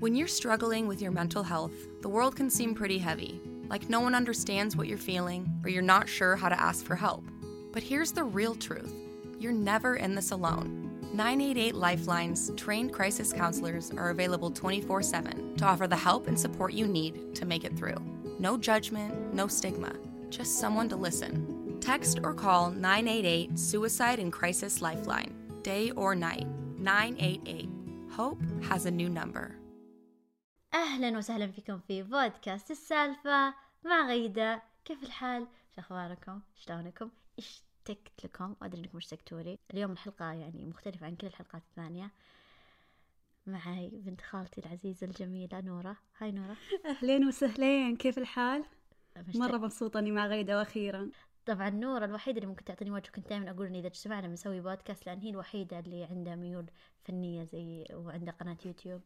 When you're struggling with your mental health, the world can seem pretty heavy, like no one understands what you're feeling or you're not sure how to ask for help. But here's the real truth you're never in this alone. 988 Lifeline's trained crisis counselors are available 24 7 to offer the help and support you need to make it through. No judgment, no stigma, just someone to listen. Text or call 988 Suicide and Crisis Lifeline, day or night. 988. Hope has a new number. أهلا وسهلا فيكم في بودكاست السالفة مع غيدة كيف الحال؟ شو أخباركم؟ شلونكم؟ اشتقت لكم وأدري أنكم اشتقتوا لي اليوم الحلقة يعني مختلفة عن كل الحلقات الثانية معي بنت خالتي العزيزة الجميلة نورة هاي نورة أهلين وسهلين كيف الحال؟ مشتاق- آه. مرة مبسوطة إني مع غيدة وأخيرا طبعا نورة الوحيدة اللي ممكن تعطيني وجه كنت دائما أقول إن إذا اجتمعنا بنسوي بودكاست لأن هي الوحيدة اللي عندها ميول فنية زي وعندها قناة يوتيوب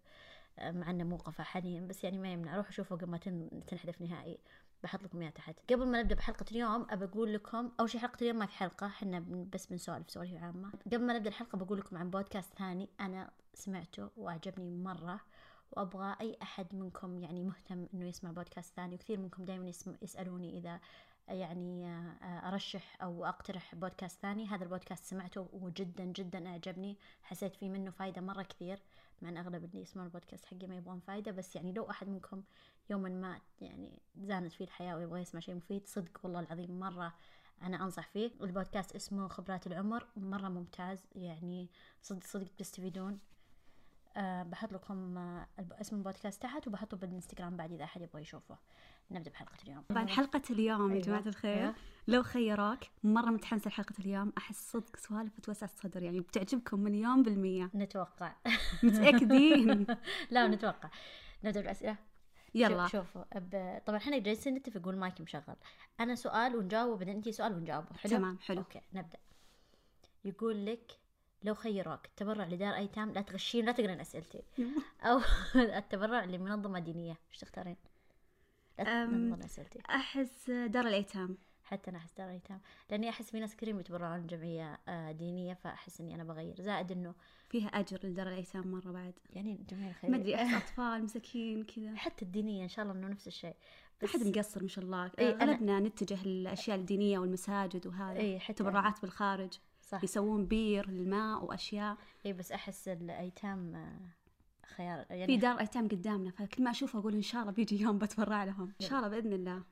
آه، مع أنها موقفة حاليا بس يعني ما يمنع روحوا شوفوا قبل ما تن- تنحذف نهائي بحط لكم إياها تحت قبل ما نبدأ بحلقة اليوم أبى أقول لكم أول شيء حلقة اليوم ما في حلقة حنا بن- بس بنسولف سوالف عامة قبل ما نبدأ الحلقة بقول لكم عن بودكاست ثاني أنا سمعته وأعجبني مرة وأبغى أي أحد منكم يعني مهتم إنه يسمع بودكاست ثاني وكثير منكم دائما يسألوني إذا يعني آه، آه، أرشح أو أقترح بودكاست ثاني هذا البودكاست سمعته وجدا جدا أعجبني حسيت فيه منه فايدة مرة كثير مع أن أغلب اللي يسمعون البودكاست حقي ما يبغون فايدة بس يعني لو أحد منكم يوما ما يعني زانت فيه الحياة ويبغى يسمع شيء مفيد صدق والله العظيم مرة أنا أنصح فيه البودكاست اسمه خبرات العمر مرة ممتاز يعني صدق صدق بتستفيدون أه بحط لكم آه، الب- اسم البودكاست تحت وبحطه بالانستغرام بعد إذا أحد يبغى يشوفه نبدأ بحلقة اليوم طبعا حلقة اليوم يا أيوة. جماعة أيوة. الخير لو خيروك مرة متحمسة لحلقة اليوم أحس صدق سوالف بتوسع الصدر يعني بتعجبكم مليون بالمية نتوقع متأكدين لا نتوقع نبدا بالاسئله يلا شوف- شوفوا أب... طبعا احنا جالسين نتفق والمايك مشغل انا سؤال ونجاوب بعدين انت سؤال ونجاوبه حلو تمام، حلو. اوكي نبدا يقول لك لو خيروك تبرع لدار ايتام لا تغشين لا تقرين اسئلتي او التبرع لمنظمه دينيه ايش تختارين؟ لا أم، تنظمون اسئلتي أحس دار الأيتام حتى انا احس دار ايتام لاني احس في ناس كثير يتبرعون لجمعيه آه، دينيه فاحس اني انا بغير زائد انه فيها أجر لدار الأيتام مرة بعد يعني جمعيه الخير ما أدري أحس أطفال مساكين كذا حتى الدينيه ان شاء الله انه نفس الشيء ما حد مقصر ما شاء الله إي، إيه، أنا- أغلبنا نتجه للأشياء الدينية والمساجد وهذا إي، حتى أنا. تبرعات بالخارج صح يسوون بير للماء وأشياء اي بس احس الايتام آه، خيار في يعني دار ايتام قدامنا فكل ما اشوفه اقول ان شاء الله بيجي يوم بتبرع لهم ان شاء الله باذن الله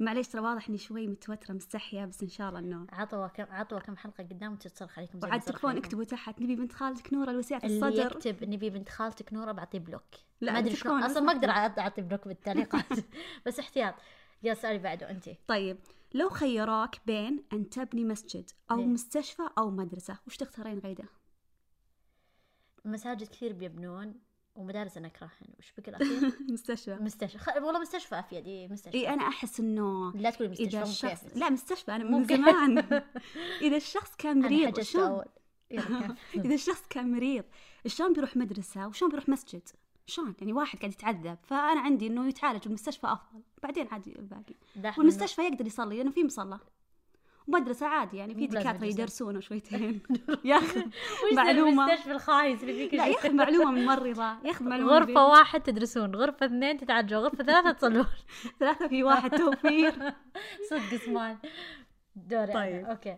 معليش ترى واضح اني شوي متوتره مستحيه بس ان شاء الله انه عطوا كم عطوا كم حلقه قدام تتصرخ عليكم زي ما وعاد صرخ تكفون عليكم. اكتبوا تحت نبي بنت خالتك نوره الوسيعة اللي الصدر يكتب نبي بنت خالتك نوره بعطيه بلوك لا، ما ادري تكفون شلون اصلا أصلاً. ما اقدر أعط- اعطي بلوك بالتعليقات بس احتياط يا سالي بعده انت طيب لو خيروك بين ان تبني مسجد او إيه. مستشفى او مدرسه وش تختارين غيده مساجد كثير بيبنون ومدارس انا اكرهها وش بك الاخير مستشفى إيه، مستشفى خ... والله مستشفى افيد اي مستشفى اي انا احس انه لا تقولي مستشفى اذا مو الشخص كيف. لا مستشفى انا مو من كيف. زمان اذا الشخص كان انا مريض حجزت شلون اول يلا كمل. اذا الشخص كان مريض شلون بيروح مدرسه وشلون بيروح مسجد شلون يعني واحد قاعد يتعذب فانا عندي انه يتعالج بالمستشفى افضل بعدين عادي الباقي دحين والمستشفى يقدر يصلي لانه في مصلى ومدرسة عادي يعني في مو بلازم دكاترة مدرسة. يدرسونه شويتين ياخذ وش ذا معلومة المستشفى الخايس اللي فيك لا ياخذ معلومة من مريضة ياخذ معلومة من غرفة واحد تدرسون غرفة اثنين تتعالجون غرفة ثلاثة تصلون بيت. ثلاثة في واحد توفير صدق اسمان دوري طيب. طيب. أنا. اوكي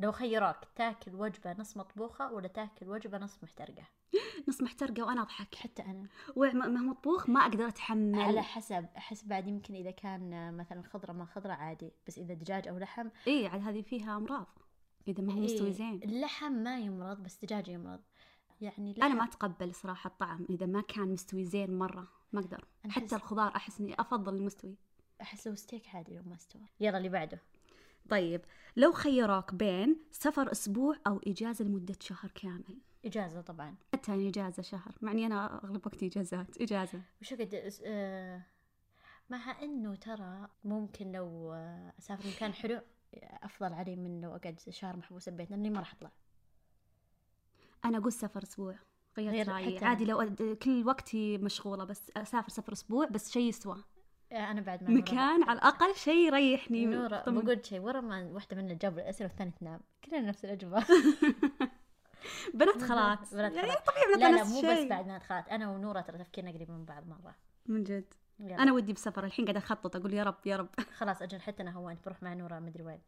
لو خيروك تاكل وجبة نص مطبوخة ولا تاكل وجبة نص محترقة نص محترقة وانا اضحك حتى انا وما ما هو مطبوخ ما اقدر على اتحمل حسب احس بعد يمكن اذا كان آه، مثلا خضرة ما خضرة عادي بس اذا دجاج او لحم اي إيه، عاد هذه فيها امراض اذا ما هو مستوي إيه، زين اللحم ما يمرض بس دجاج يمرض يعني انا لحم- ما اتقبل صراحه الطعم اذا ما كان مستوي زين مره ما اقدر أنا أحس- حتى الخضار احس اني افضل المستوي احس لو ستيك عادي لو ما استوى يلا اللي بعده طيب لو خيروك بين سفر اسبوع او اجازه لمده شهر كامل اجازة طبعا حتى يعني اجازه شهر مع اني انا اغلب وقتي اجازات اجازه وش قد أس- آه، مع انه ترى ممكن لو آه، اسافر مكان حلو افضل علي من لو اقعد شهر محبوسه ببيت لاني ما راح اطلع انا اقول سفر اسبوع غيرت غير- رايي حتى عادي لو أد- كل وقتي مشغوله بس اسافر سفر اسبوع بس شيء يسوى آه، انا بعد ما نورة- مكان على الاقل شيء يريحني نورة طمن. بقول شيء ورا ما واحدة منا جاب الأسئلة والثانية تنام كلنا نفس الأجوبة بنات خلاط بنات يعني خلاط. طبيعي لا بنات لا نفس مو بس الشيء بعد ما دخلت انا ونورة ترى تفكيرنا قريب من بعض مره من جد يلا. انا ودي بسفر الحين قاعده اخطط اقول يا رب يا رب خلاص اجل حتى انا هونت بروح مع نورة مدري وين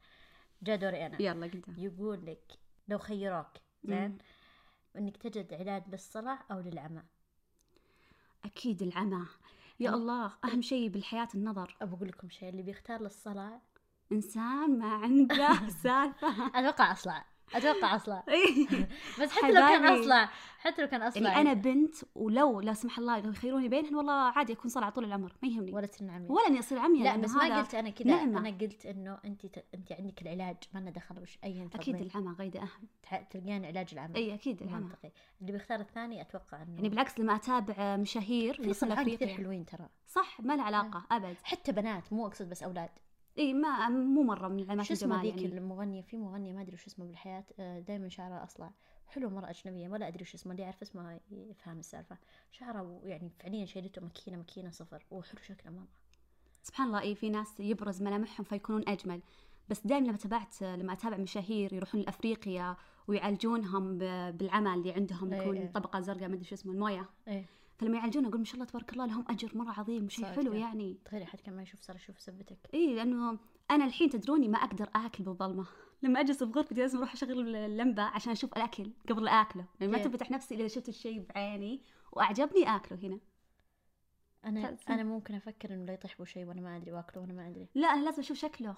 جاء دوري انا يلا قدام يقول لك لو خيروك زين مم. انك تجد علاج للصلع او للعمى اكيد العمى يا أنا- الله إيه. اهم شيء بالحياه النظر ابى اقول لكم شيء اللي بيختار للصلع انسان ما عنده سالفه اتوقع اصلع اتوقع اصلع إيه. بس حتى لو كان حبايبي. اصلع حتى لو كان اصلع يعني انا بنت ولو لا سمح الله لو يخيروني بينهن والله عادي اكون صلع طول العمر ما يهمني ولا تصير عمياء ولا اني اصير عمياء لا لأنه بس ما هذا قلت انا كذا نعمة. انا قلت انه انت ت... انت عندك العلاج ما لنا دخل وش اي انت اكيد تضمين. العمى غايده اهم تح- تلقين علاج العمى اي اكيد العمى منطقي اللي بيختار الثاني اتوقع انه يعني بالعكس لما اتابع مشاهير في من صلعان اصول كثير افريقيا حلوين ترى صح ما له إيه. علاقه ابد حتى بنات مو اقصد بس اولاد اي إيه، ما مو مره من علامات شو اسمها الجمال ذيك يعني المغنيه في مغنيه ما ادري وش آه، اسمها بالحياه دائما شعرها اصلع حلو مره اجنبيه ولا ادري وش اسمها اللي يعرف اسمها يفهم السالفه شعرها يعني فعليا شيلته ماكينه ماكينه صفر وحلو شكله مره سبحان الله اي في ناس يبرز ملامحهم فيكونون اجمل بس دائما لما تابعت لما اتابع مشاهير يروحون لافريقيا ويعالجونهم ب- بالعمى اللي عندهم إي يكون إي. طبقه زرقاء ما ادري شو اسمه المويه ايه فلما يعالجون اقول ما شاء الله تبارك الله لهم اجر مره عظيم شيء صحيح. حلو يعني تخيلي حد كان ما يشوف صار يشوف سبتك اي لانه انا الحين تدروني ما اقدر اكل بالظلمه لما اجلس بغرفتي لازم اروح اشغل اللمبه عشان اشوف الاكل قبل لا اكله يعني ما Yeah. تفتح نفسي الا شفت الشيء بعيني واعجبني اكله هنا انا تأسف. انا ممكن افكر انه لا يطيح شيء وانا ما ادري واكله وانا ما ادري لا انا لازم اشوف شكله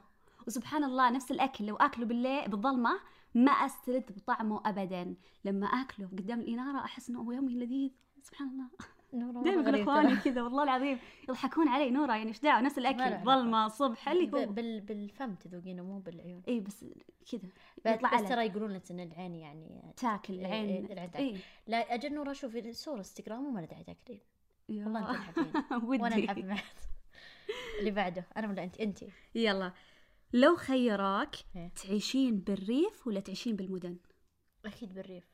وسبحان الله نفس الاكل لو اكله بالليل بالظلمه ما استلذ بطعمه ابدا لما اكله قدام الاناره احس انه هو يومي لذيذ سبحان الله نورة مرة دائما يقول غريب ترى. اخواني كذا والله العظيم يضحكون علي نوره يعني ايش دعوه نفس ما له الاكل علاقة. ظلمه صبح اللي ب- هو بال بالفم تذوقينه مو بالعيون اي بس كذا بس يطلع بس على. ترى يقولون لك ان العين يعني تاكل إيه، العين إيه، العين تاكل. إيه. لا اجل نورة شوفي صور انستغرام وما لها داعي تاكلين يا. والله انت تحبين وانا ودي نحب بعد اللي بعده انا ولا انت انت يلا لو خيراك إيه. تعيشين بالريف ولا تعيشين بالمدن؟ اكيد بالريف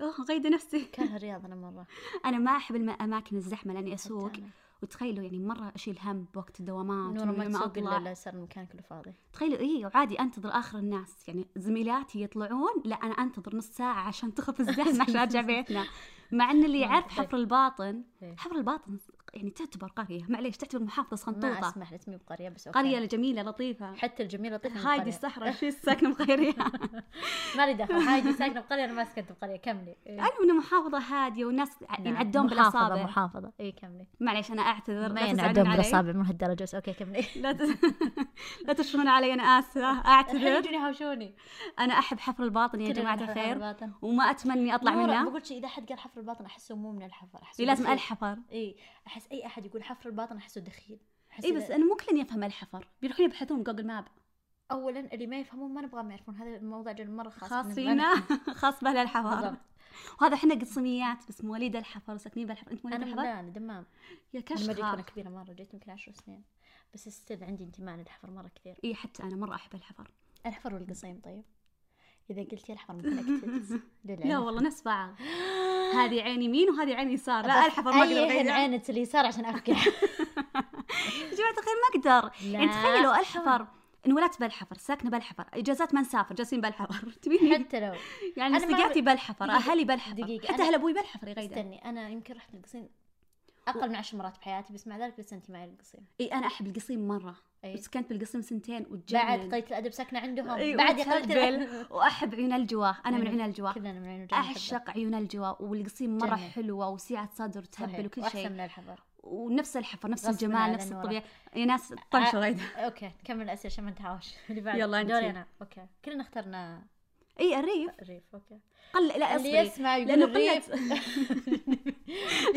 اوه غايده نفسي كان الرياض انا مره انا ما احب الاماكن الزحمه لاني حتى اسوق أنا. وتخيلوا يعني مره اشيل هم بوقت الدوامات نورة ما ولما تسوق الا اطلع إلا صار المكان كله فاضي تخيلوا ايه وعادي انتظر اخر الناس يعني زميلاتي يطلعون لا انا انتظر نص ساعه عشان تخف الزحمه عشان ارجع بيتنا مع ان اللي ما يعرف أحب. حفر الباطن نعم، إيه. حفر الباطن يعني تعتبر قريه معليش تعتبر محافظه ما صنطوطه اسمح لتمي بقريه بس أوكي. قريه جميله لطيفه حتى الجميله طيب هايدي الصحراء شو الساكنه مغيريها إيه. ما لي دخل هايدي ساكنه بقريه انا ما سكنت بقريه كملي إيه. علم انه محافظه هاديه والناس نعم. ينعدون محافظة- بالاصابع محافظة اي كملي معليش انا اعتذر ما يعني لا تزعلون ينعدون علي. بالاصابع من هالدرجة بس اوكي كملي لا تز... لا تشرون علي انا اسفه اعتذر يجوني يهاوشوني انا احب حفر الباطن يا كلنا جماعه نحب حفر الخير الباطن. وما اتمنى اطلع نورة، منه بقول شيء اذا حد قال حفر الباطن احسه مو من الحفر احسه إيه، لازم دخيل. إيه، الحفر اي احس اي احد يقول حفر الباطن احسه دخيل أحسه اي إيه، بس انا مو كلن يفهم الحفر بيروحون يبحثون جوجل ماب اولا اللي ما يفهمون ما نبغاهم يعرفون هذا الموضوع جل مره خاص خاص بالنسبة لنا. فينا خاص باهل الحفر بالضبط. وهذا احنا قصميات بس مواليد الحفر وساكنين بالحفر انت مواليد انا الحفر لا انا دمام يا انا ما جيت وانا كشخة كبيره مره جيت يمكن عشر سنين بس استل عندي انتماء للحفر مره كثير اي إيه، حتى انا مره احب الحفر الحفر والقصيم طيب اذا قلت يا الحفر مثلك لا والله نفس بعض هذه عين يمين وهذه عين يسار لا الحفر ما اقدر اي أغير. عينة اليسار عشان افقع يا جماعه الخير ما اقدر يعني لا، تخيلوا شلون؟ الحفر انولدت بالحفر ساكنه بالحفر اجازات ما نسافر جالسين بالحفر تبيني حتى لو يعني أنا ما- صديقاتي بالحفر دقيقة- اهلي بالحفر دقيقة، حتى أنا- اهل ابوي بالحفر يا غيدا استني انا يمكن رحت القصيم اقل من عشر مرات بحياتي بس مع ذلك لسه انتمائي للقصيم اي انا احب القصيم مره إي. وسكنت بالقصيم سنتين بعد وتجنن قضية الادب ساكنه عندهم إي، بعد قضية الأدب. وتهبل، واحب عيون الجوا انا من عيون الجوا كلنا من عيون الجنة نحبها. اعشق عيون الجوا والقصيم مره جنن. حلوه وسعه صدر صحيح. وتهبل وكل طيب، وأحسن شيء من الحفر ونفس الحفر نفس غصباً على الجمال نفس نورة. الطبيعه يا ناس طنشوا غيدا اوكي آه، كمل الاسئله عشان ما نتهاوش اللي بعد طيب، يلا أنتي. دوري انا اوكي كلنا اخترنا اي الريف الريف اوكي قل لا اللي اصبري يسمع يقول لأنه الريف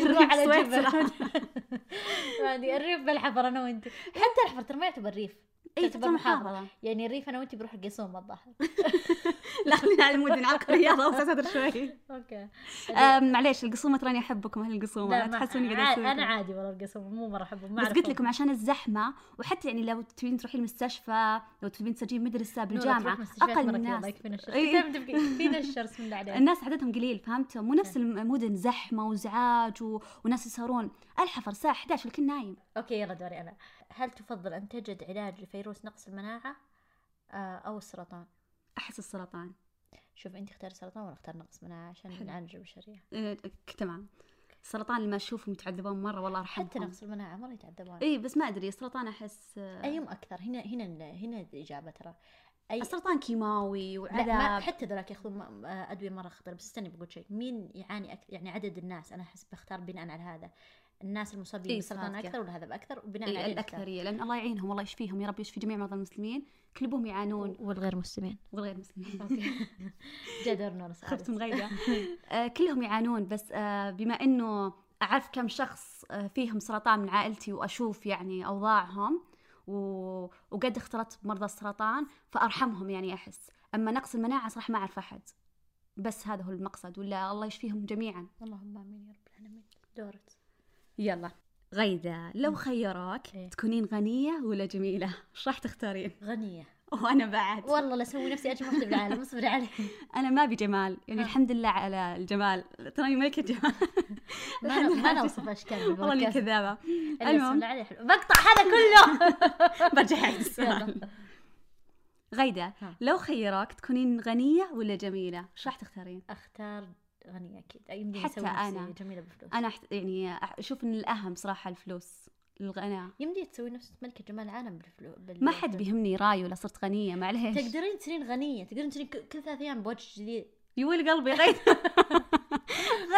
يروح الريف على سويسرا. جبل ما أدري، الريف بالحفر انا وانت حتى الحفر ترى ما يعتبر ريف اي تعتبر تعتبر محافظه يعني الريف انا وانت بنروح القصوم الظاهر لا خلينا على المدن على القريه الله أوسع صدر شوي اوكي أم، آه، معليش القصومه تراني احبكم اهل القصومه لا، لا ما- تحسوني عاد- قاعده انا أسويكم. عادي والله القصوم مو مره احبهم ما بس قلت أعرفهم. لكم عشان الزحمه وحتى يعني لو تبين تروحين المستشفى لو تبين تسجلين مدرسه نورة بالجامعه تروح مستشفيات اقل مرة من إيه. كثير، الناس الله يكفينا الشر إي. دايماً تبكي. فينا الشر بسم الله عليك الناس عددهم قليل فهمتوا مو نعم. نفس المدن زحمه وازعاج و... وناس يسهرون الحفر الساعه 11 الكل نايم اوكي يلا دوري انا هل تفضل ان تجد علاج لفيروس نقص المناعه آه، او السرطان احس السرطان شوف انت اختاري السرطان وانا اختار نقص مناعه عشان حلو. نعالج البشريه إيه، ك- تمام السرطان اللي ما اشوفهم يتعذبون مره والله ارحمهم حتى نقص المناعه مره يتعذبون اي بس ما ادري السرطان احس ايهم اكثر هنا هنا هنا الاجابه ترى اي السرطان كيماوي لا ما وعذاب حتى ذولاك ياخذون م- آه، ادويه مره خطيره بس استني بقول شيء مين يعاني اكثر يعني عدد الناس انا احس بختار بناء على هذا الناس المصابين إيه، بالسرطان صادقة. اكثر ولا هذا باكثر وبناء إيه، عليه نختار. الاكثريه لان الله يعينهم والله يشفيهم يا رب يشفي جميع مرضى المسلمين كلبهم يعانون والغير مسلمين والغير مسلمين جدر نور خرتم غيبه آه، كلهم يعانون بس آه، بما انه اعرف كم شخص آه، فيهم سرطان من عائلتي واشوف يعني اوضاعهم و... وقد اختلطت بمرضى السرطان فارحمهم يعني احس اما نقص المناعه صراحه ما اعرف احد بس هذا هو المقصد ولا الله يشفيهم جميعا اللهم امين يا رب العالمين دورت يلا غيدة لو خيروك إيه. تكونين غنية ولا جميلة وش راح تختارين؟ غنيه وأنا بعد والله لا اسوي نفسي اجمل واحده بالعالم اصبر علي أنا ما بجمال يعني آه. الحمد لله على الجمال تراني ملكة جمال ما الحمد لله ما على نوصف اشكال بالبودكاست والله إني كذابة إلا المهم. بسم الله عليه حلو. بقطع هذا كله برجع أعيد يلا. السؤال غيدة ها. لو خيروك تكونين غنية ولا جميلة؟ وش راح تختارين؟ اختار غنيه اكيد يمديني حتى اسوي نفسي أنا. جميله بفلوس أنا أحت... يعني أح- أشوف إن الأهم صراحة الفلوس الغنى يمدي تسوي نفسك ملكه جمال العالم بالفلوس بال... ما حد بيهمني راي ولا صرت غنية معليش تقدرين تصيرين غنيه تقدرين تصيرين ك- كل ثلاث ايام بوجه جديد يقول قلبي غيدة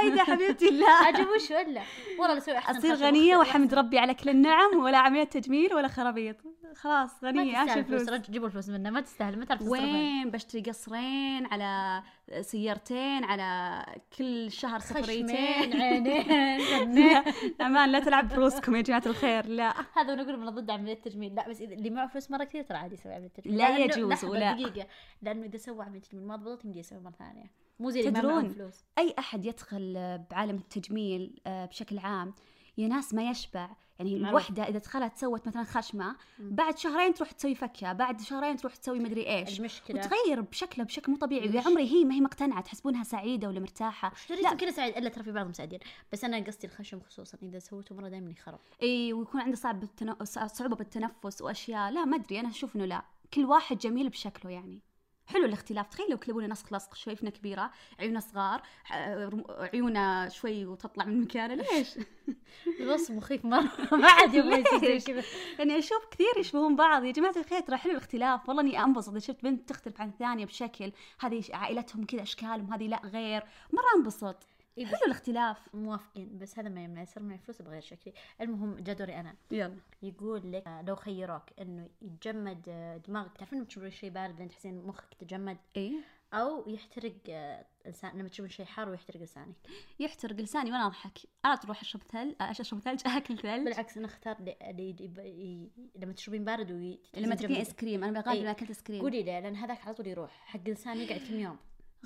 غيدة حبيبتي لا عجب وش ولا والله لا اسوي احسن اصير خشب غنيه وأختي واحمد ربي على كل النعم ولا عمليه تجميل ولا خرابيط خلاص ما غنيه تستاهل عايشه الفلوس فلوس رج- جيبوا الفلوس منه ما تستاهل ما تعرف تصرفها وين بشتري قصرين على سيارتين على كل شهر خشمين سفريتين عينين فنين. لا امان لا تلعب فلوسكم يا جماعه الخير لا هذا ونقول من ضد عمليه التجميل لا بس اذا اللي معه فلوس مره كثير ترى عادي يسوي عمليه التجميل لا لأنه- يجوز لحظة، ولا. دقيقه لانه اذا سوى عمليه التجميل ما ضبطت يمدي يسوي مره ثانيه مو زي اللي ما معه تدرون؟ فلوس اي احد يدخل بعالم التجميل آه، بشكل عام يا ناس ما يشبع يعني معروف. الوحده اذا دخلت سوت مثلا خشمه مم. بعد شهرين تروح تسوي فكه بعد شهرين تروح تسوي مدري ايش المشكله وتغير بشكلها بشكل مو طبيعي ويا ليش؟ عمري هي ما هي مقتنعه تحسبونها سعيده ولا مرتاحه اشتريت لا. يمكن سعيد الا ترى في بعضهم سعيدين بس انا قصدي الخشم خصوصا اذا سويته مره دائما يخرب اي ويكون عنده صعب بالتن... صع- صعوبه بالتنفس واشياء لا ما ادري انا اشوف انه لا كل واحد جميل بشكله يعني حلو الاختلاف تخيل لو كلبونا نسخ لصق شويفنا كبيره عيونا صغار ح- رم- عيونا شوي وتطلع من مكانها ليش الوصف مخيف مره ما عاد يبغى يصير ليش؟ زي كذا يعني اشوف كثير يشبهون بعض يا جماعه الخير ترى حلو الاختلاف والله اني انبسط اذا شفت بنت تختلف عن الثانيه بشكل هذه عائلتهم كذا اشكالهم هذه لا غير مره انبسط إيه بس حلو الاختلاف موافقين بس هذا ما يمنع يصير معي فلوس بغير شكلي المهم جا دوري انا يلا يقول لك آه، لو خيروك انه يتجمد آه، دماغك تعرفين لما تشربين شيء بارد لين تحسين مخك تجمد ايه او يحترق آه، لسان لما تشربين شيء حار ويحترق لسانك يحترق لساني وانا اضحك على طول اروح اشرب ثلج اشرب ثلج اكل ثلج بالعكس انا اختار لي... لي... لي... لما تشربين بارد وي... لما تحسين تاكلين جمد. ايس كريم انا بغالب إيه. ما اكلت ايس كريم قولي لي لان هذاك على طول يروح حق لسان يقعد كم يوم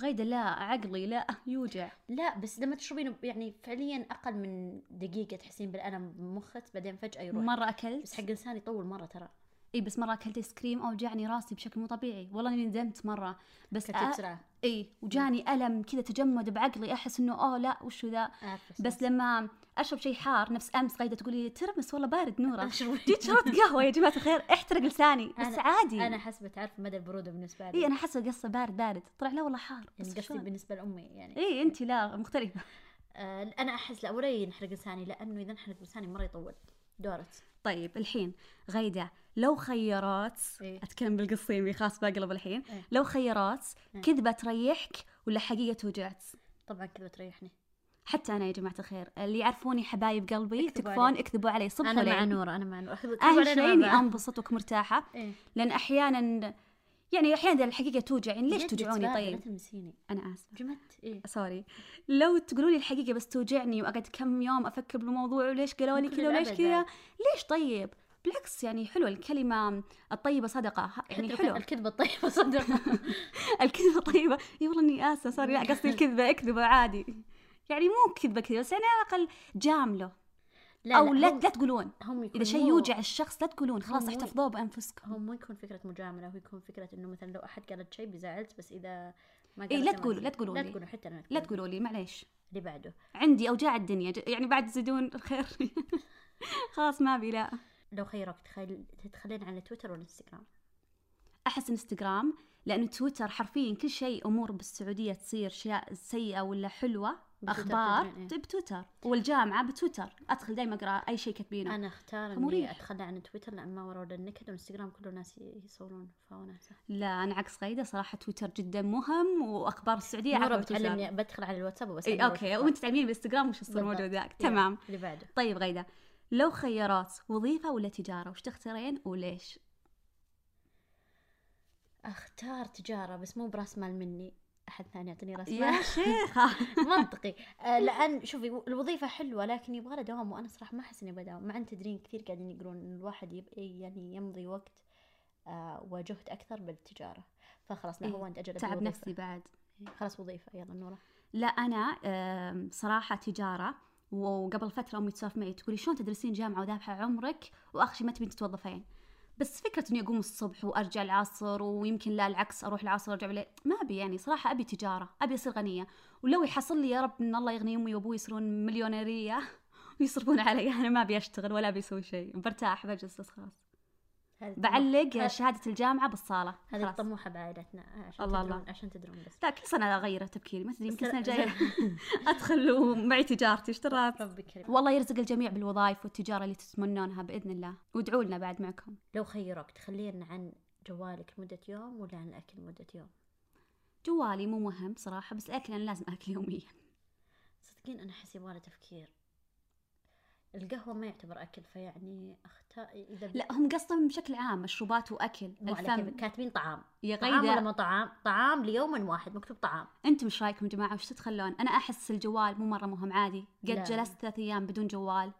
غيدة لا عقلي لا يوجع لا بس لما تشربينه ب- يعني فعليا اقل من دقيقه تحسين بالالم بمخك بعدين فجاه يروح مرة بس اكلت حق لساني يطول مره ترى اي بس مرة اكلت ايس كريم اوجعني راسي بشكل مو طبيعي والله اني ندمت مرة بس كتب أ... بسرعه اي وجاني الم كذا تجمد بعقلي احس انه اوه لا وشو ذا عارفه بس لما اشرب شيء حار نفس امس غيدة تقول لي ترمس والله بارد نوره أشرب. جيت شربت قهوة يا جماعة الخير احترق لساني بس أنا- عادي انا حسبة تعرف مدى البروده بالنسبه لي اي انا حاسة قصة بارد بارد طلع لا والله حار يعني بس قصدي شلون بالنسبه لامي يعني اي انت لا مختلفة آه انا احس لا ولا ينحرق لساني لانه اذا انحرق لساني مره يطول دورت طيب الحين غيدة لو خيرات إيه. اتكلم بالقصيمي خاص بقلب الحين إيه. لو خيرات إيه. كذبة تريحك ولا حقيقة توجعت طبعا كذا تريحني حتى انا يا جماعة الخير اللي يعرفوني حبايب قلبي اكتبوا تكفون علي. اكذبوا علي صبح انا مع وليل نوره انا مع نوره أخذ- أخذ اهم علينا شيء اني مرة. انبسط واكون مرتاحة إيه. لان احيانا يعني احيانا الحقيقة توجع يعني ليش جد توجعوني جبال، لا طيب تلمسيني انا اسفة جمدت ايه سوري لو تقولوا لي الحقيقة بس توجعني واقعد كم يوم افكر بالموضوع وليش قالوا لي ممكن كذا وليش للأبد كذا بعد. ليش طيب بالعكس يعني حلوة الكلمة الطيبة صدقة يعني حتى حلو الكذبه الطيبه صدق الكذبة طيبة اي والله اني اسفة سوري لا قصدي الكذبة اكذبة عادي يعني مو كذبة كذبة بس يعني على الاقل جامله لا او لا هم- لا تقولون هم اذا يكونوا- شيء يوجع الشخص لا تقولون خلاص هم- احتفظوه بانفسكم هو مو يكون فكرة مجاملة هو يكون فكرة إنه مثلا لو أحد قالت شيء بزعلت بس إذا ما قالت إيه، لا زي ما تقولوا- أنا- لا تقولوا لا لي. تقولوا حتى أنا لا تقولوا. تقولوا لي معليش اللي بعده عندي اوجاع الدنيا ج- يعني بعد تزيدون الخير خلاص ما ابي لا لو خيرك تخيل تتخلين عن تويتر ولا انستغرام احس انستغرام لأنه تويتر حرفيا كل شيء أمور بالسعودية تصير أشياء سيئة ولا حلوة بتويتر أخبار تدري إيه. بتويتر والجامعة بتويتر أدخل دايما أقرأ أي شيء كاتبينه انا اختار اني مريح. اتخلى عن تويتر لان ما ورا النكد والانستغرام كله ناس يصورون فوناسه لا أنا عكس غيدة صراحة تويتر جدا مهم وأخبار السعودية مرة عبر تويتر. بتعلمني بدخل على الواتساب وبس اي اوكي وانت تعلميني بالانستغرام وش يصير بالضبط. موجود ذاك يلا، تمام اللي بعده طيب غيدة لو خيارات وظيفة ولا تجارة وش تختارين وليش؟ اختار تجاره بس مو براس مال مني احد ثاني يعطيني راس يا مال شيخة منطقي آه، لان شوفي الوظيفه حلوه لكن يبغى لها دوام وانا صراحه ما احس اني بداوم مع ان تدرين كثير قاعدين يقولون ان الواحد يب... يعني يمضي وقت آه، وجهد اكثر بالتجاره فخلاص لا إيه، هو انت اجل تعب بالوظيفة. نفسي بعد خلاص وظيفه يلا نورة لا انا آم، صراحة تجارة وقبل فترة امي تسولف معي تقولي شلون تدرسين جامعة وذابحة عمرك واخر شيء ما تبين تتوظفين بس فكرة اني اقوم الصبح وارجع العصر ويمكن لا العكس اروح العصر وارجع بالليل ما ابي يعني صراحة ابي تجارة ابي اصير غنية ولو يحصل لي يا رب ان الله يغني امي وابوي يصيرون مليونيرية ويصرفون علي انا ما ابي اشتغل ولا ابي اسوي شيء برتاح بجلس بس خلاص هذه بعلق هذه- شهادة الجامعة بالصالة هذه خلاص الطموحه بعائلتنا آه، عشان الله تدرون الله الله. الله. عشان تدرون بس لا كل سنة اغير تفكيري ما تدري بس يمكن السنة لا- الجاية ادخل ومعي تجارتي اشترات ربي كريم والله يرزق الجميع بالوظائف والتجارة اللي تتمنونها بإذن الله وادعوا لنا بعد معكم لو خيروك تخلين عن جوالك مدة يوم ولا عن الأكل مدة يوم جوالي مو مهم صراحة بس الأكل أنا لازم أكل يوميا صدقين أنا أحس يبغى له تفكير القهوة ما يعتبر أكل فيعني أختار إذا لا هم قصدهم بشكل عام مشروبات وأكل مو على الفم كذا، كاتبين طعام يا طعام ولا غيدة ما طعام طعام ليوم واحد مكتوب طعام أنتم إيش رأيكم يا جماعة وش تتخلون أنا أحس الجوال مو مرة مهم عادي قد لا. جلست ثلاث أيام بدون جوال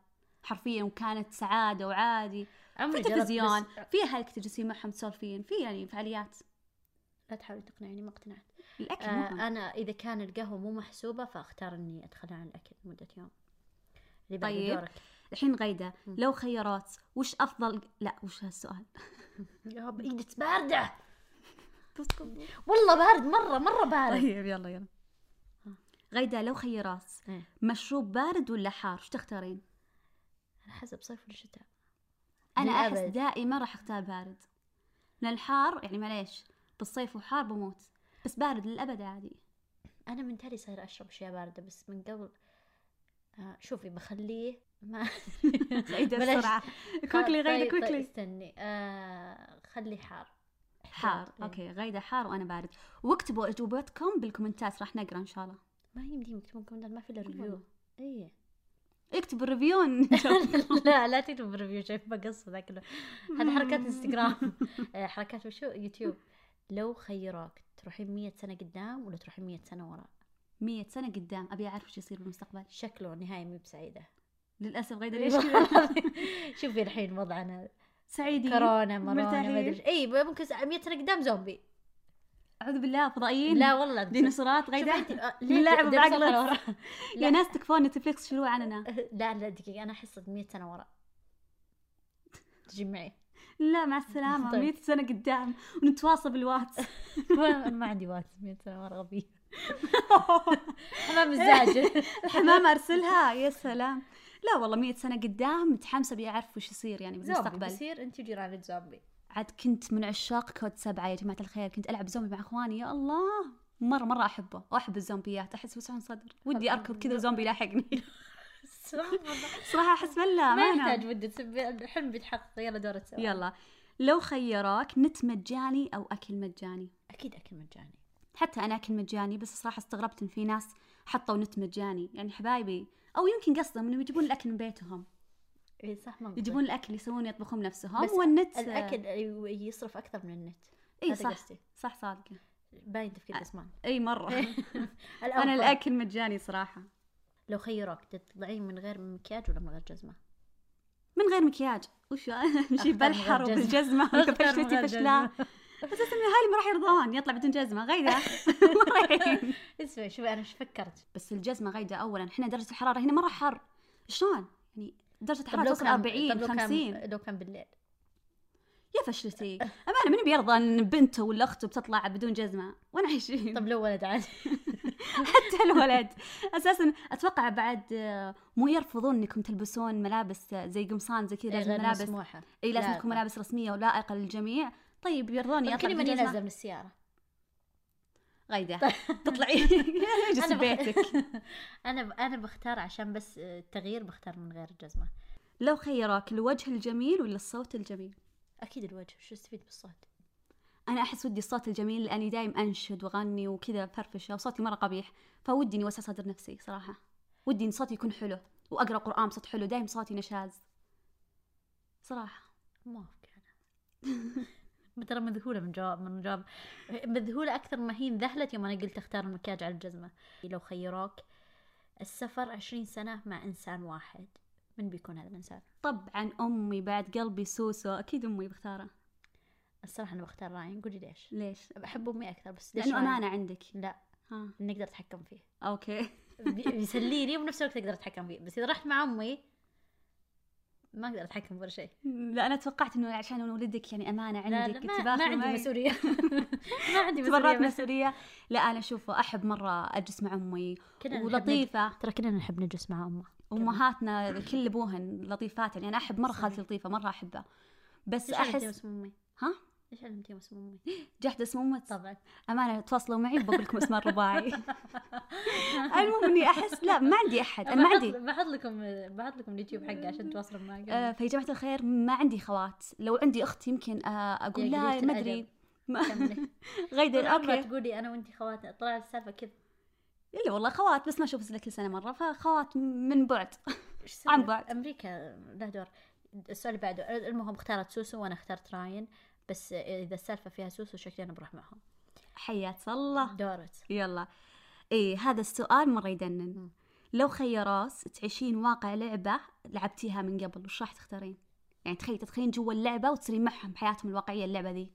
حرفيا وكانت سعادة وعادي عمري في جربت تلفزيون بس- في أهلك تجلسين معهم تسولفين في يعني فعاليات لا تحاولي تقنعني ما اقتنعت الأكل آه، مهم أنا إذا كان القهوة مو محسوبة فأختار إني أتخلى عن الأكل مدة يوم اللي بعد طيب. دورك الحين غيدة مم. لو خيارات وش أفضل لا وش هالسؤال يا بإيدك باردة والله بارد مرة مرة بارد طيب يلا يلا غيدا آه. لو خيارات إيه. مشروب بارد ولا حار وش تختارين؟ على حسب صيف ولا شتاء انا احس بالأبد. دائما راح اختار بارد لان الحار يعني معليش بالصيف وحار بموت بس بارد للابد عادي انا من تالي صاير اشرب اشياء بارده بس من قبل آه شوفي بخليه ما غيدا بلاش. بسرعه كوكلي غيدا طيب- طيب كوكلي استني آه خلي حار حار إيه. اوكي غيدا حار وانا بارد واكتبوا اجوبتكم بالكومنتات راح نقرا ان شاء الله ما يمديهم يكتبون كومنتات ما في الا كلنا. ريفيو اي اكتبوا الريفيو نجاوب. لا لا تكتب ريفيو شايف بقص ذاك الوقت. هذه حركات انستغرام آه، حركات وشو يوتيوب لو خيروك تروحين مية سنة قدام ولا تروحين مية سنة وراء مية سنة قدام أبي أعرف وش يصير بالمستقبل شكله نهاية مي بسعيدة للأسف إيه. غيدا ليش كذا؟ شوفي الحين وضعنا سعيدين كورونا مرونا ما مرتاحين. ادري إيش. اي ممكن 100 سنه قدام زومبي أعوذ بالله فضائيين لا والله شوف- ديناصورات شوف غيدا أنت- آه، اللي لا، لعبوا ديناصور بعقلك. ورا. يا لا. ناس تكفون نتفليكس شيلوه عننا لا لا دقيقه انا احس 100 سنه ورا تجي معي لا مع السلامة طيب. 100 سنة قدام ونتواصل بالواتس ما- ما عندي واتس 100 سنه ورا غبي انا مزاج الحمام أرسلها يا سلام لا والله 100 سنة قدام متحمسة أبي أعرف وش يصير يعني زومبي بالمستقبل بصير انت وجيرانك زومبي عاد كنت من عشاق كود سبعة يا جماعة الخير كنت ألعب زومبي مع إخواني يا الله مرة مرة أحبه وأحب الزومبيات أحس وسعون صدر ودي أركض كذا وزومبي يلاحقني صراحة أحس ملا ما أنام. يحتاج ودي تسب- الحلم بيتحقق يلا دورة سوا يلا لو خيراك نت مجاني أو أكل مجاني اكيد اكل مجاني حتى انا اكل مجاني بس صراحه استغربت ان في ناس حطوا نت مجاني يعني حبايبي او يمكن قصدهم انهم يجيبون الاكل من بيتهم اي صح منطقي. يجيبون الاكل يسوون يطبخون نفسهم بس والنت الاكل يصرف اكثر من النت اي هذا صح قصدي. إيه. صح صادقه باين تفكير اسمان اي مره انا الاكل مجاني صراحه لو خيروك تطلعين من غير مكياج ولا من غير جزمة؟ من غير مكياج وش نمشي من غير بالحر جزمة. وبالجزمه أختار من وبفشلتي غير فشلاه جزمة. اساسا من اهلي ما راح يرضون يطلع بدون جزمه غيدا اسمعي شوفي أنا ايش فكرت؟ بس الجزمه غيدا اولا احنا درجه الحراره هنا مره حر شلون يعني درجه الحراره توصل 40 طب لو 50 كان لو كان بالليل يا فشلتي امانه من بيرضى ان بنته ولا اخته بتطلع بدون جزمه وانا عايشين طب لو ولد عادي حتى الولد اساسا اتوقع بعد آه، مو يرفضون انكم تلبسون ملابس آه، زي قمصان زي كذا لازم إيه، غير ملابس مسموحة اي لازم لا، تكون لا. ملابس رسميه ولائقه للجميع طيب يرضون طب يطلع كل بدون من ينزل جزمه من السيارة غايده تطلعي اجلسي أنا بخ- بيتك انا ب... انا بختار عشان بس التغيير بختار من غير الجزمه لو خيراك الوجه الجميل ولا الصوت الجميل اكيد الوجه شو استفيد بالصوت انا احس ودي الصوت الجميل لاني دايم انشد واغني وكذا فرفشه وصوتي مره قبيح فودي اني وسع صدر نفسي صراحه ودي ان صوتي يكون حلو واقرا قران بصوت حلو دايم صوتي نشاز صراحه موافقه انا ترى مذهوله من جواب من جواب مذهوله اكثر ما هي انذهلت يوم انا قلت اختار المكياج على الجزمه لو خيروك السفر عشرين سنه مع انسان واحد من بيكون هذا الانسان طبعا امي بعد قلبي سوسو اكيد امي بختارها الصراحه انا بختار راين قولي ليش ليش بحب امي اكثر بس ليش لانه راين؟ امانه عندك لا ها اني اقدر اتحكم فيه اوكي بي- بيسليني وبنفس الوقت اقدر اتحكم فيه بس اذا رحت مع امي ما اقدر اتحكم ولا شيء لا انا توقعت انه عشان ولدك يعني امانه لا عندك لا انت ما, ما باخذة عندي معي. مسؤوليه ما عندي تبرعت مسؤوليه بس مسؤوليه لا انا اشوف احب مره اجلس مع امي كلنا نحب نج- ولطيفه ترى كلنا نحب نجلس مع امه امهاتنا كل ابوهن لطيفات يعني انا احب مره خالتي لطيفه مره احبها بس ليش علمتي احس اسم امي؟ ها؟ ليش علمتي اسم امي؟ جحد اسم امك طبعا امانه تواصلوا معي وبقول لكم اسماء الرباعي المهم اني احس لا ما عندي احد انا ما عندي بحط لكم بحط لكم اليوتيوب حقي عشان تواصلوا معي آه، فيا جماعه الخير ما عندي خوات لو عندي اخت يمكن آه، اقول يا لا قليلة ما ادري الأدب. ما- كملي. طول غيدر عمرها اوكي تقولي انا وانتي خواتنا طلع السالفه كذا الا والله خوات بس ما اشوف لك كل سنه مره فخوات من بعد إيش سوى؟ عن بعد. امريكا لها دور السؤال اللي بعده المهم اختارت سوسو وانا اخترت راين بس اذا السالفه فيها سوسو شكلي انا بروح معهم حياة الله دورت يلا ايه هذا السؤال مرة يدنن مم. لو خيراس تعيشين واقع لعبة لعبتيها من قبل وش راح تختارين؟ يعني تخيل تدخلين جوا اللعبة وتصيرين معهم بحياتهم الواقعية اللعبة ذي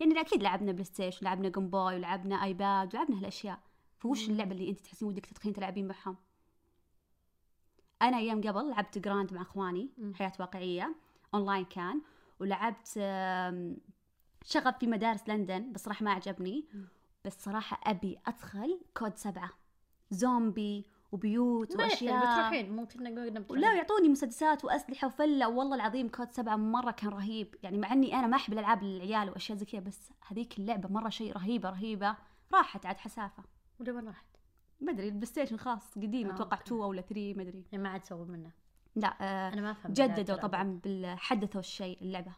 يعني أكيد لعبنا بلاي ستيشن لعبنا جيم بوي ولعبنا ايباد ولعبنا هالأشياء فوش مم. اللعبة اللي أنت تحسين ودك تدخلين تلعبين معهم؟ أنا أيام قبل لعبت جراند مع إخواني مم. حياة واقعية أونلاين كان ولعبت آم، شغب في مدارس لندن بس صراحة ما عجبني بس صراحة أبي أدخل كود سبعة زومبي وبيوت ما يحتاج وأشياء بتروحين ممكن نقول ولا يعطوني مسدسات وأسلحة وفلة والله العظيم كود سبعة مرة كان رهيب يعني مع أني أنا ما أحب الألعاب للعيال وأشياء زي كذا بس هذيك اللعبة مرة شيء رهيبة رهيبة راحت عاد حسافة ولا وين راحت؟ ما أدري البلاي ستيشن خاص قديم آه، أتوقع أوكي. تو أو ثري ما أدري يعني ما عاد سووا منه لا آه انا ما فهمت جددوا طبعا بال- حدثوا الشيء اللعبة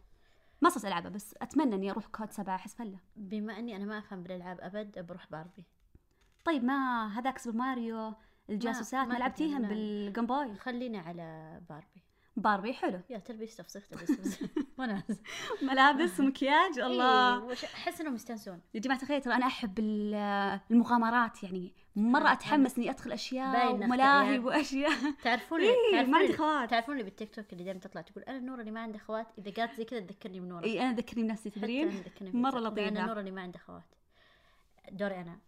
ما صرت ألعبها بس أتمنى إني أروح كود سبعة أحس فلة بما اني انا ما افهم بالالعاب ابد بروح باربي طيب ما هذاك سوبر ماريو الجاسوسات ما ما, لعبتيهم كنت- لا. بالجيم بوي خلينا على باربي باربي حلو يا تلبيس تفسخ تلبيس تفسخ وناس ملابس ومكياج الله إيه، وش- احس انهم يستانسون يا جماعة الخير ترى أنا أحب ال- المغامرات يعني مرة آه، أتحمس إني أدخل أشياء باين إنك وملاهي يعني. وأشياء تعرفون إيه، تعرفون ما عندي اللي- خوات. تعرفون اللي بالتيك توك اللي دائما تطلع تقول انا نور اللي ما عنده اخوات اذا قالت زي كذا تذكرني بنورة إي أنا ذكرني بنفسي حتى إيه، تدرين عندك كنا في- مرة لأن لطيفة نور اللي ما عنده خوات دوري أنا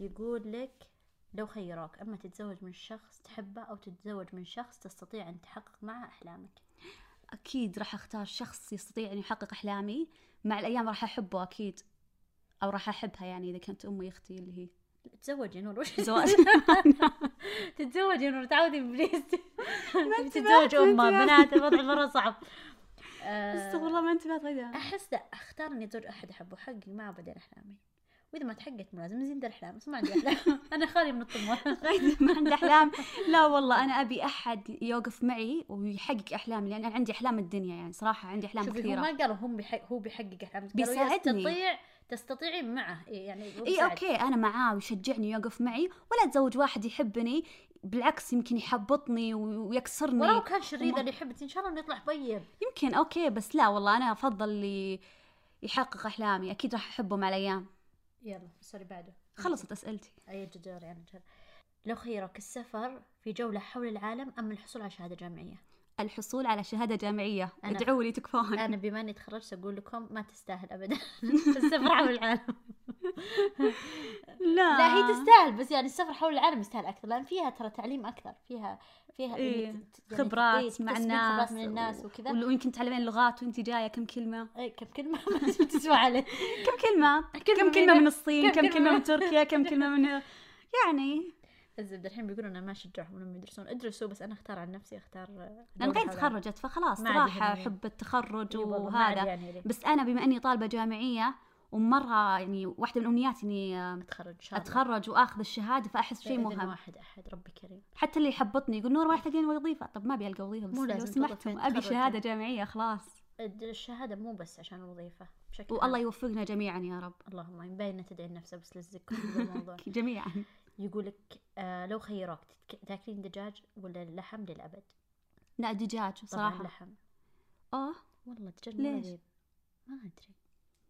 يقول لك لو خيروك أما تتزوج من شخص تحبه أو تتزوج من شخص تستطيع أن تحقق معه أحلامك أكيد راح أختار شخص يستطيع أن يحقق أحلامي مع الأيام راح أحبه أكيد أو راح أحبها يعني إذا كانت أمي أختي اللي هي تتزوج يا نور وش زواج تتزوج يا نور تعودي بليز انتبهت، تتزوج أمه انتبهت. بنات الوضع مرة صعب استغفر آه، الله ما انتبهت غدا أحس لا أختار إني أزوج أحد أحبه حقي معه بعدين أحلامي وإذا ما تحققت مو لازم نزيد الأحلام بس ما عندي أحلام أنا خالي من الطموح غيد ما عنده احلام لا والله انا ابي احد يوقف معي ويحقق احلامي لان انا عندي احلام الدنيا يعني صراحه عندي احلام شوفي كثيره هو ما قالوا هم بيحق هو بيحقق احلامك قالوا بيساعدني. يستطيع تستطيعين معه إيه يعني هو اي بيساعد. اوكي انا معاه ويشجعني يوقف معي ولا اتزوج واحد يحبني بالعكس يمكن يحبطني و- ويكسرني ولو كان شرير اللي يحبك ان شاء الله انه يطلع طيب يمكن اوكي بس لا والله انا افضل اللي يحقق احلامي اكيد راح احبه مع الايام يلا سوري بعده خلصت اسئلتي اي جدار يعني جدار. لو خيرك السفر في جولة حول العالم أم الحصول على شهادة جامعية الحصول على شهاده جامعيه أنا- ادعوا لي تكفون أنا بما إني تخرجت أقول لكم ما تستاهل أبدا السفر حول العالم لا لا هي تستاهل بس يعني السفر حول العالم يستاهل أكثر لأن فيها ترى تعليم أكثر فيها فيها إيه، يعني ت- خبرات إيه، تكتسبين مع الناس خبرات من الناس و- وكذا ويمكن تعلمين لغات وانت جايه كم كلمه اي كم كلمة ما تسوى عليه كم كلمة؟ كلمة كم من كلمة هنا، من الصين؟ كم كم كلمة كلمة من من- تركيا؟ كم كلمة من يعني الزبدة الحين بيقولوا انا ما اشجعهم لما يدرسون ادرسوا بس انا اختار عن نفسي اختار لأن غير تخرجت فخلاص ما أيوة، عاد راح يهمني. حب التخرج وهذا وهذا يعني لي. بس أنا بما أني طالبة جامعية ومره يعني واحده من امنياتي اني آه، اتخرج ان شاء الله اتخرج واخذ الشهاده فاحس شيء بإذن مهم واحد احد ربي كريم حتى اللي يحبطني يقول نور ما يحتاجين وظيفه طب ما ابي القى وظيفه بس مو لو لازم سمحتم توظفين، ابي تخرجي. شهاده جامعيه خلاص الد- الشهاده مو بس عشان الوظيفه بشكل والله عام. يوفقنا جميعا يا رب اللهم امين باينه تدعي نفسها بس للذكر في الموضوع جميعا يقول لك آه لو خيروك تتك- تاكلين دجاج ولا اللحم للابد لا دجاج طبعا صراحه اللحم اه والله الدجاج مو ليش؟ لذيذ ما ادري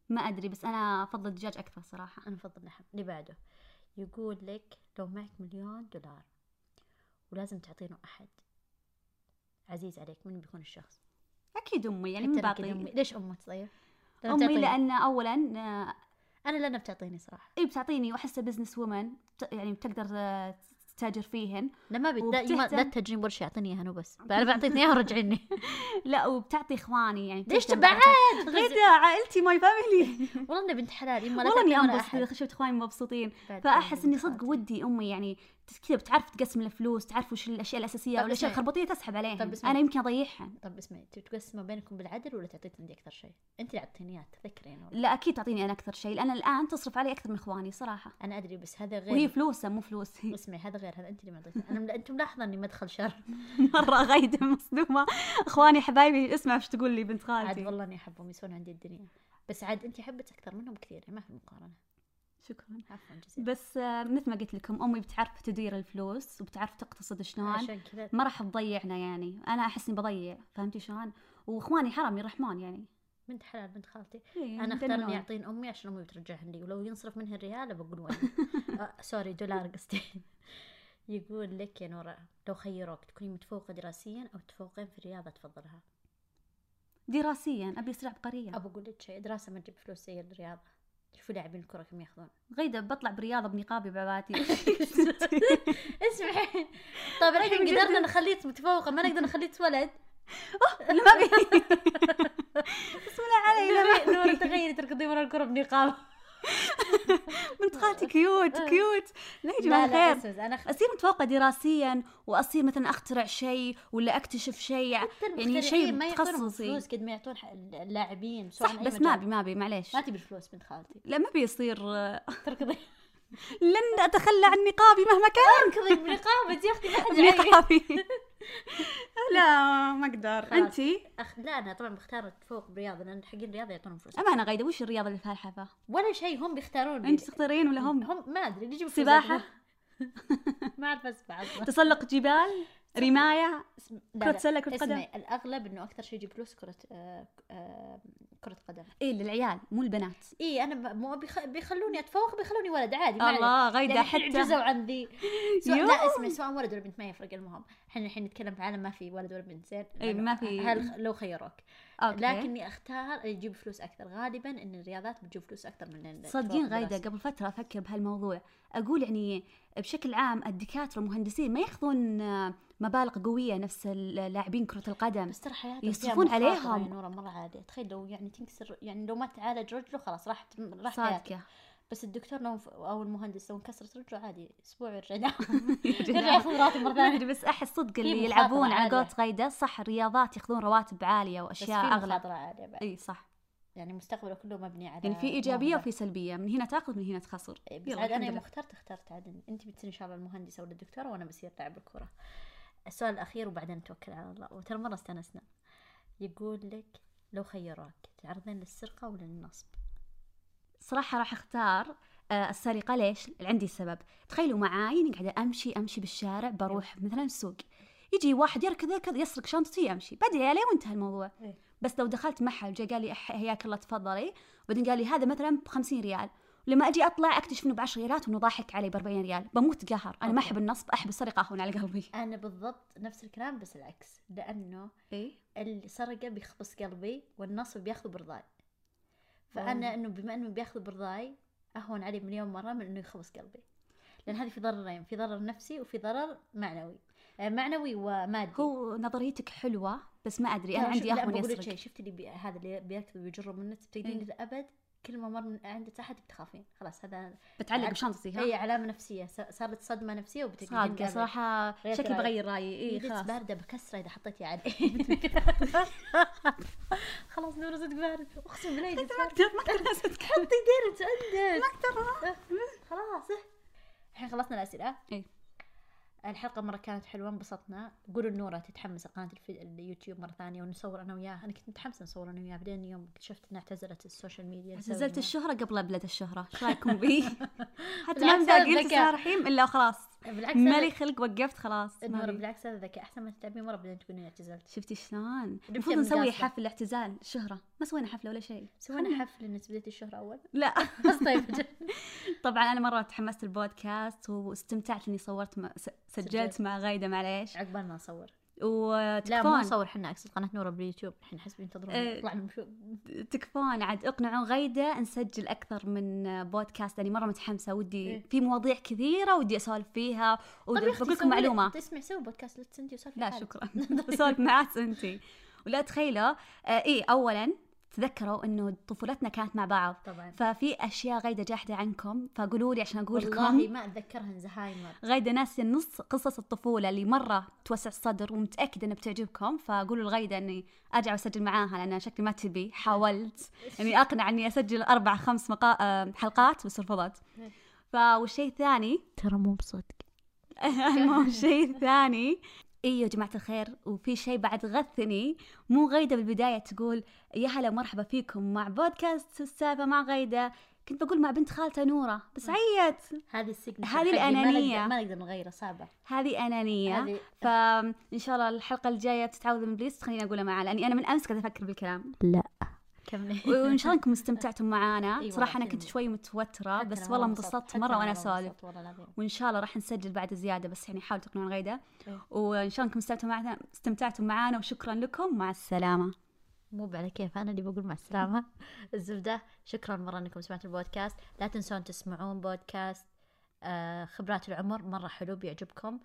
ما ادري بس انا افضل الدجاج اكثر صراحه انا افضل اللحم اللي بعده يقول لك لو معك مليون دولار ولازم تعطينه احد عزيز عليك من بيكون الشخص اكيد امي يعني حتى من أنا كده أمي. بعطي ليش امك طيب؟ لأنها امي بتعطيني. لان اولا آه، انا لانها بتعطيني صراحه اي إيه، بتعطيني واحسها بزنس وومن يعني بتقدر آه، تتاجر فيهن لما بدي ما وبتهتم- لا تجرين ولا شيء اعطيني اياها بس انا بعطيتني اياها ورجعيني لا وبتعطي اخواني يعني ليش بتهتم تبعت؟ بعضها. غدا عائلتي ماي فاميلي والله اني بنت حلال اما لا والله اني تعطيني ولا انبسط احد اذا شفت اخواني مبسوطين بعد فاحس اني بنت صدق خالتي. ودي امي يعني كذا بتعرف تقسم الفلوس تعرف وش الاشياء الاساسيه طب والاشياء اسمعي. الخربطيه تسحب عليها طب اسمعي. انا يمكن اضيعها طب اسمعي تبي تقسمه بينكم بالعدل ولا تعطيتني اكثر شيء؟ انت اللي اعطيتيني اياه تذكرين والله. لا اكيد تعطيني انا اكثر شيء لان الان تصرف علي اكثر من اخواني صراحه انا ادري بس هذا غير وهي فلوسها مو فلوسي اسمعي هذا غير هذا انت اللي ما اعطيتني انا مل- انت ملاحظه اني مدخل شر مره غايده مصدومه اخواني حبايبي اسمع وش تقول لي بنت عاد خالتي والله اني احبهم يسوون عندي الدنيا بس عاد انت حبت اكثر منهم كثير ما في مقارنه شكرا عفوا جزيلا بس آه، مثل ما قلت لكم امي بتعرف تدير الفلوس وبتعرف تقتصد شلون عشان كذا نعم. ما راح تضيعنا يعني انا احس اني بضيع فهمتي شلون واخواني حرام الرحمن يعني بنت حلال بنت خالتي إيه، انا اختار يمتنون. اني اعطين امي عشان امي بترجعها لي ولو ينصرف منها الريال بقول وين آه، سوري دولار قصدي يقول لك يا نورا لو خيروك تكوني متفوقه دراسيا او متفوقين في الرياضه تفضلها دراسيا ابي اصير عبقريه ابى اقول لك شيء دراسه ما تجيب فلوس زي الرياضه شوفوا لاعبين الكره كم ياخذون غيدة بطلع برياضه بنقابي بعباتي اسمعي طيب الحين طيب، قدرنا جداً. نخليك متفوقه ما نقدر نخليك ولد لا ما بي بسم الله علي لا نوري- ما نورا أبي. تخيلي تركضين ورا الكره بنقاب بنت خالتي كيوت آه. كيوت لا يا جماعه لا لا الخير اسمع انا اصير متفوقه دراسيا واصير مثلا اخترع شيء ولا اكتشف شيء يعني شيء إيه، ما يعطونهم تخصصي فلوس قد ما يعطون ح- اللاعبين سواء صح أي بس مجال. ما ابي ما ابي معليش ما تبي الفلوس بنت خالتي لا ما بيصير تركضي لن اتخلى عن نقابي مهما كان تركضي بنقابة يا اختي ما حد يعيك. نقابي آه، يعني. لا ما اقدر خلاص. انتي أخ... لا انا طبعا بختار اتفوق برياضه لان حقين الرياضه يعطونهم فلوس اما انا غايده وش الرياضه اللي الفلحفه ولا شيء هم بيختارون انت تختارين ولا هم هم ما ادري اللي يجيب فلوس سباحة؟ ياخذون. ما اعرف اسبح اصلا تسلق جبال رمايه اسم- كرة سلة، كرة قدم. اسمعي، الاغلب انه اكثر شيء يجيب فلوس كره آه، آه، كره قدم ايه للعيال مو البنات اي انا ب- مو بيخ- بيخلوني اتفوق بيخلوني ولد عادي ما عليك. الله غايده لأن الحين حتى عجزوا عن ذي سواء لا اسمع سواء ولد ولا بنت ما يفرق المهم احنا الحين نتكلم في عالم ما في ولد ولا بنت زين إي، لأنه إيه، ما في- هل لو خيروك أوكي. لكني اختار يجيب فلوس اكثر غالبا ان الرياضات بتجيب فلوس اكثر من ال- صادقين الدراسة. غايدة قبل فترة أفكر بهالموضوع أقول يعني بشكل عام الدكاترة والمهندسين ما ياخذون آه، مبالغ قوية نفس ال- لاعبين كرة القدم بس ترى حياتهم يصرفون عليهم. نورا مره عاليه تخيل لو يعني تنكسر يعني لو ما تعالج رجله خلاص راحت راحت حياته صادقة بس الدكتور لو او المهندس لو انكسرت رجله عادي اسبوع يرجع يداوم. يرجع ما ياخذ راتب مره ثانيه أدري بس أحس صدق في اللي مخاطرة يلعبون على عالية. قولة غايدة صح الرياضات ياخذون رواتب عالية بس وأشياء في أغلى مخاطره عاليه بعد أي صح يعني مستقبله كله مبني على يعني في إيجابية مهارة. وفي سلبية من هنا تاخذ من هنا تخسر آه، بس يلا، عاد انا الحمد يوم لله. اخترت اخترت عاد انت بتصير ان شاء الله المهندسه ولا الدكتوره وانا بصير لاعب الكره السؤال الاخير وبعدين نتوكل على الله وترى مره استانسنا يقول لك لو خيروك تعرضين للسرقه ولا للنصب صراحة راح اختار آه، السرقة ليش؟ عندي سبب، تخيلوا معاي إني قاعدة امشي امشي بالشارع بروح مثلا سوق يجي واحد يركض يركض يسرق شنطتي امشي، بدري عليه وانتهى الموضوع. إيه. بس لو دخلت محل جاء قال لي أح- حياك الله تفضلي، بعدين قال لي هذا مثلا ب 50 ريال، ولما اجي اطلع اكتشف انه ب 10 ريالات وانه ضاحك علي ب 40 ريال، بموت قهر، انا ما أوكي. احب النصب احب السرقة اهون على قلبي. انا بالضبط نفس الكلام بس العكس لانه اي السرقه بيخبص قلبي والنصب بياخذه برضاي فانا انه بما انه بياخذه برضاي اهون عليه مليون مره من انه يخبص قلبي لان هذه في ضررين في ضرر نفسي وفي ضرر معنوي آه، معنوي ومادي هو نظريتك حلوة بس ما ادري ترى انا شوف- عندي لا اهون بقول لك شيء يسرق. شفت اللي بي... هذا اللي بيركض ويجر منك إيه. تبتعدين للابد كل ما مر من عند احد بتخافين خلاص هذا بتعلق عاد- إيه، يعني بشنطتي ها هي علامه نفسيه س- صارت صدمه نفسيه صادقه وبتقعدين صراحه غيرت شكلي رأيي. بغير رايي اي إيه خلاص بارده بكسره اذا حطيتي عليه يعني. خلاص نور صدق بارد اقسم بالله جلد بارد ما اقدر اسكت حطي ديرت عندك ما اقدر خلاص إه. الحين خلصنا الاسئله إيه. الحلقة مرة كانت حلوة انبسطنا قولوا لنورة تتحمس قناة الف- اليوتيوب مرة ثانية ونصور أنا وياها أنا كنت متحمسة نصور أنا وياها بعدين يوم شفت إنها اعتزلت السوشيال ميديا بسبب نزلت إنها- الشهرة قبل أبلة الشهرة ايش رايكم بي؟ حتى ما بالعكس مداقين ذكاء. تسارحين الا خلاص بالعكس مالي مالي خلق وقفت خلاص ما نورة بي. بالعكس هذا ذكي أحسن ما تتعبين مرة بعدين تقولين اعتزلت شفتي شلون؟ نبدأ المفروض من نسوي قاصدة. حفل اعتزال الشهرة ما سوينا حفلة ولا شيء سوينا حفل نسبة الشهرة أول لا بس طيب طبعا انا مرة تحمست البودكاست واستمتعت اني صورت مع س- سجلت سجلت. مع غايدة معليش عقبال ما نصور لا مو وتكفون نصور حنا اقصد قناه نورة باليوتيوب الحين حسبي ينتظرون إيه. يطلع لهم شو تكفون عاد اقنعوا غيدة نسجل اكثر من بودكاست لاني مرة متحمسة ودي إيه. في مواضيع كثيرة ودي اسولف فيها طب يا أختي وبقول لكم سوي- معلومة تسمع سوي بودكاست لا تسندي وسولفي لا حالك. شكرا بسولف معك انت ولا تخيلوا آه اي اولا تذكروا انه طفولتنا كانت مع بعض طبعا ففي اشياء غايده جاحده عنكم فقولوا لي عشان اقول والله لكم ما اتذكرها زهايمر غايده ناسيه نص قصص الطفوله اللي مره توسع الصدر ومتاكده انها بتعجبكم فقولوا لغايده اني ارجع واسجل معاها لان شكلي ما تبي حاولت اني اقنع اني اسجل اربع خمس مقا... آه، حلقات بس رفضت فالشيء الثاني ترى مو بصدق المهم شيء ثاني ايوه يا جماعة الخير وفي شيء بعد غثني مو غيدة بالبداية تقول يا هلا مرحبا فيكم مع بودكاست السالفة مع غيدة كنت بقول مع بنت خالته نورة بس عيت هذه السيجنتشر هذه حقي، ما الأنانية. نقدر- ما نقدر نغيره صعبة هذه أنانية هذه- فإن شاء الله الحلقة الجاية بتتعوذ من بليس خليني أقولها معاه لأني أنا من أمس قاعدة أفكر بالكلام لا كملي وإن شاء الله أنكم استمتعتم معانا أيوة، صراحة أنا أكيد. كنت شوي متوترة حتى بس أنا والله انبسطت، انبسطت حتى مرة أنا وأنا انبسطت، أسولف والله العظيم وان شاء الله راح نسجل بعد زياده بس يعني حاولوا تقنعون غيده إيه. وان شاء الله انكم استمتعتوا معنا استمتعتوا معنا وشكرا لكم مع السلامه مو على كيف انا اللي بقول مع السلامه الزبده شكرا مره انكم سمعتوا البودكاست لا تنسون تسمعون بودكاست آه، خبرات العمر مره حلو بيعجبكم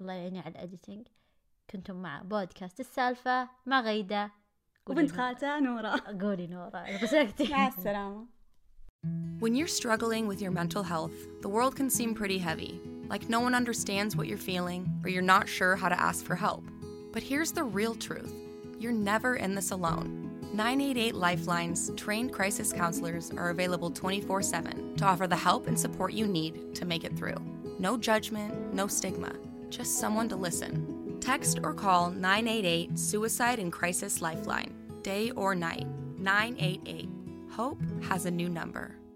الله يعيني على الاديتنج كنتم مع بودكاست السالفه مع غيده قولي وبنت نورة- خالته نوره قولي نورا غسلتي مع السلامه When you're struggling with your mental health, the world can seem pretty heavy, like no one understands what you're feeling or you're not sure how to ask for help. But here's the real truth you're never in this alone. 988 Lifeline's trained crisis counselors are available 24 7 to offer the help and support you need to make it through. No judgment, no stigma, just someone to listen. Text or call 988 Suicide and Crisis Lifeline, day or night. 988. Hope has a new number.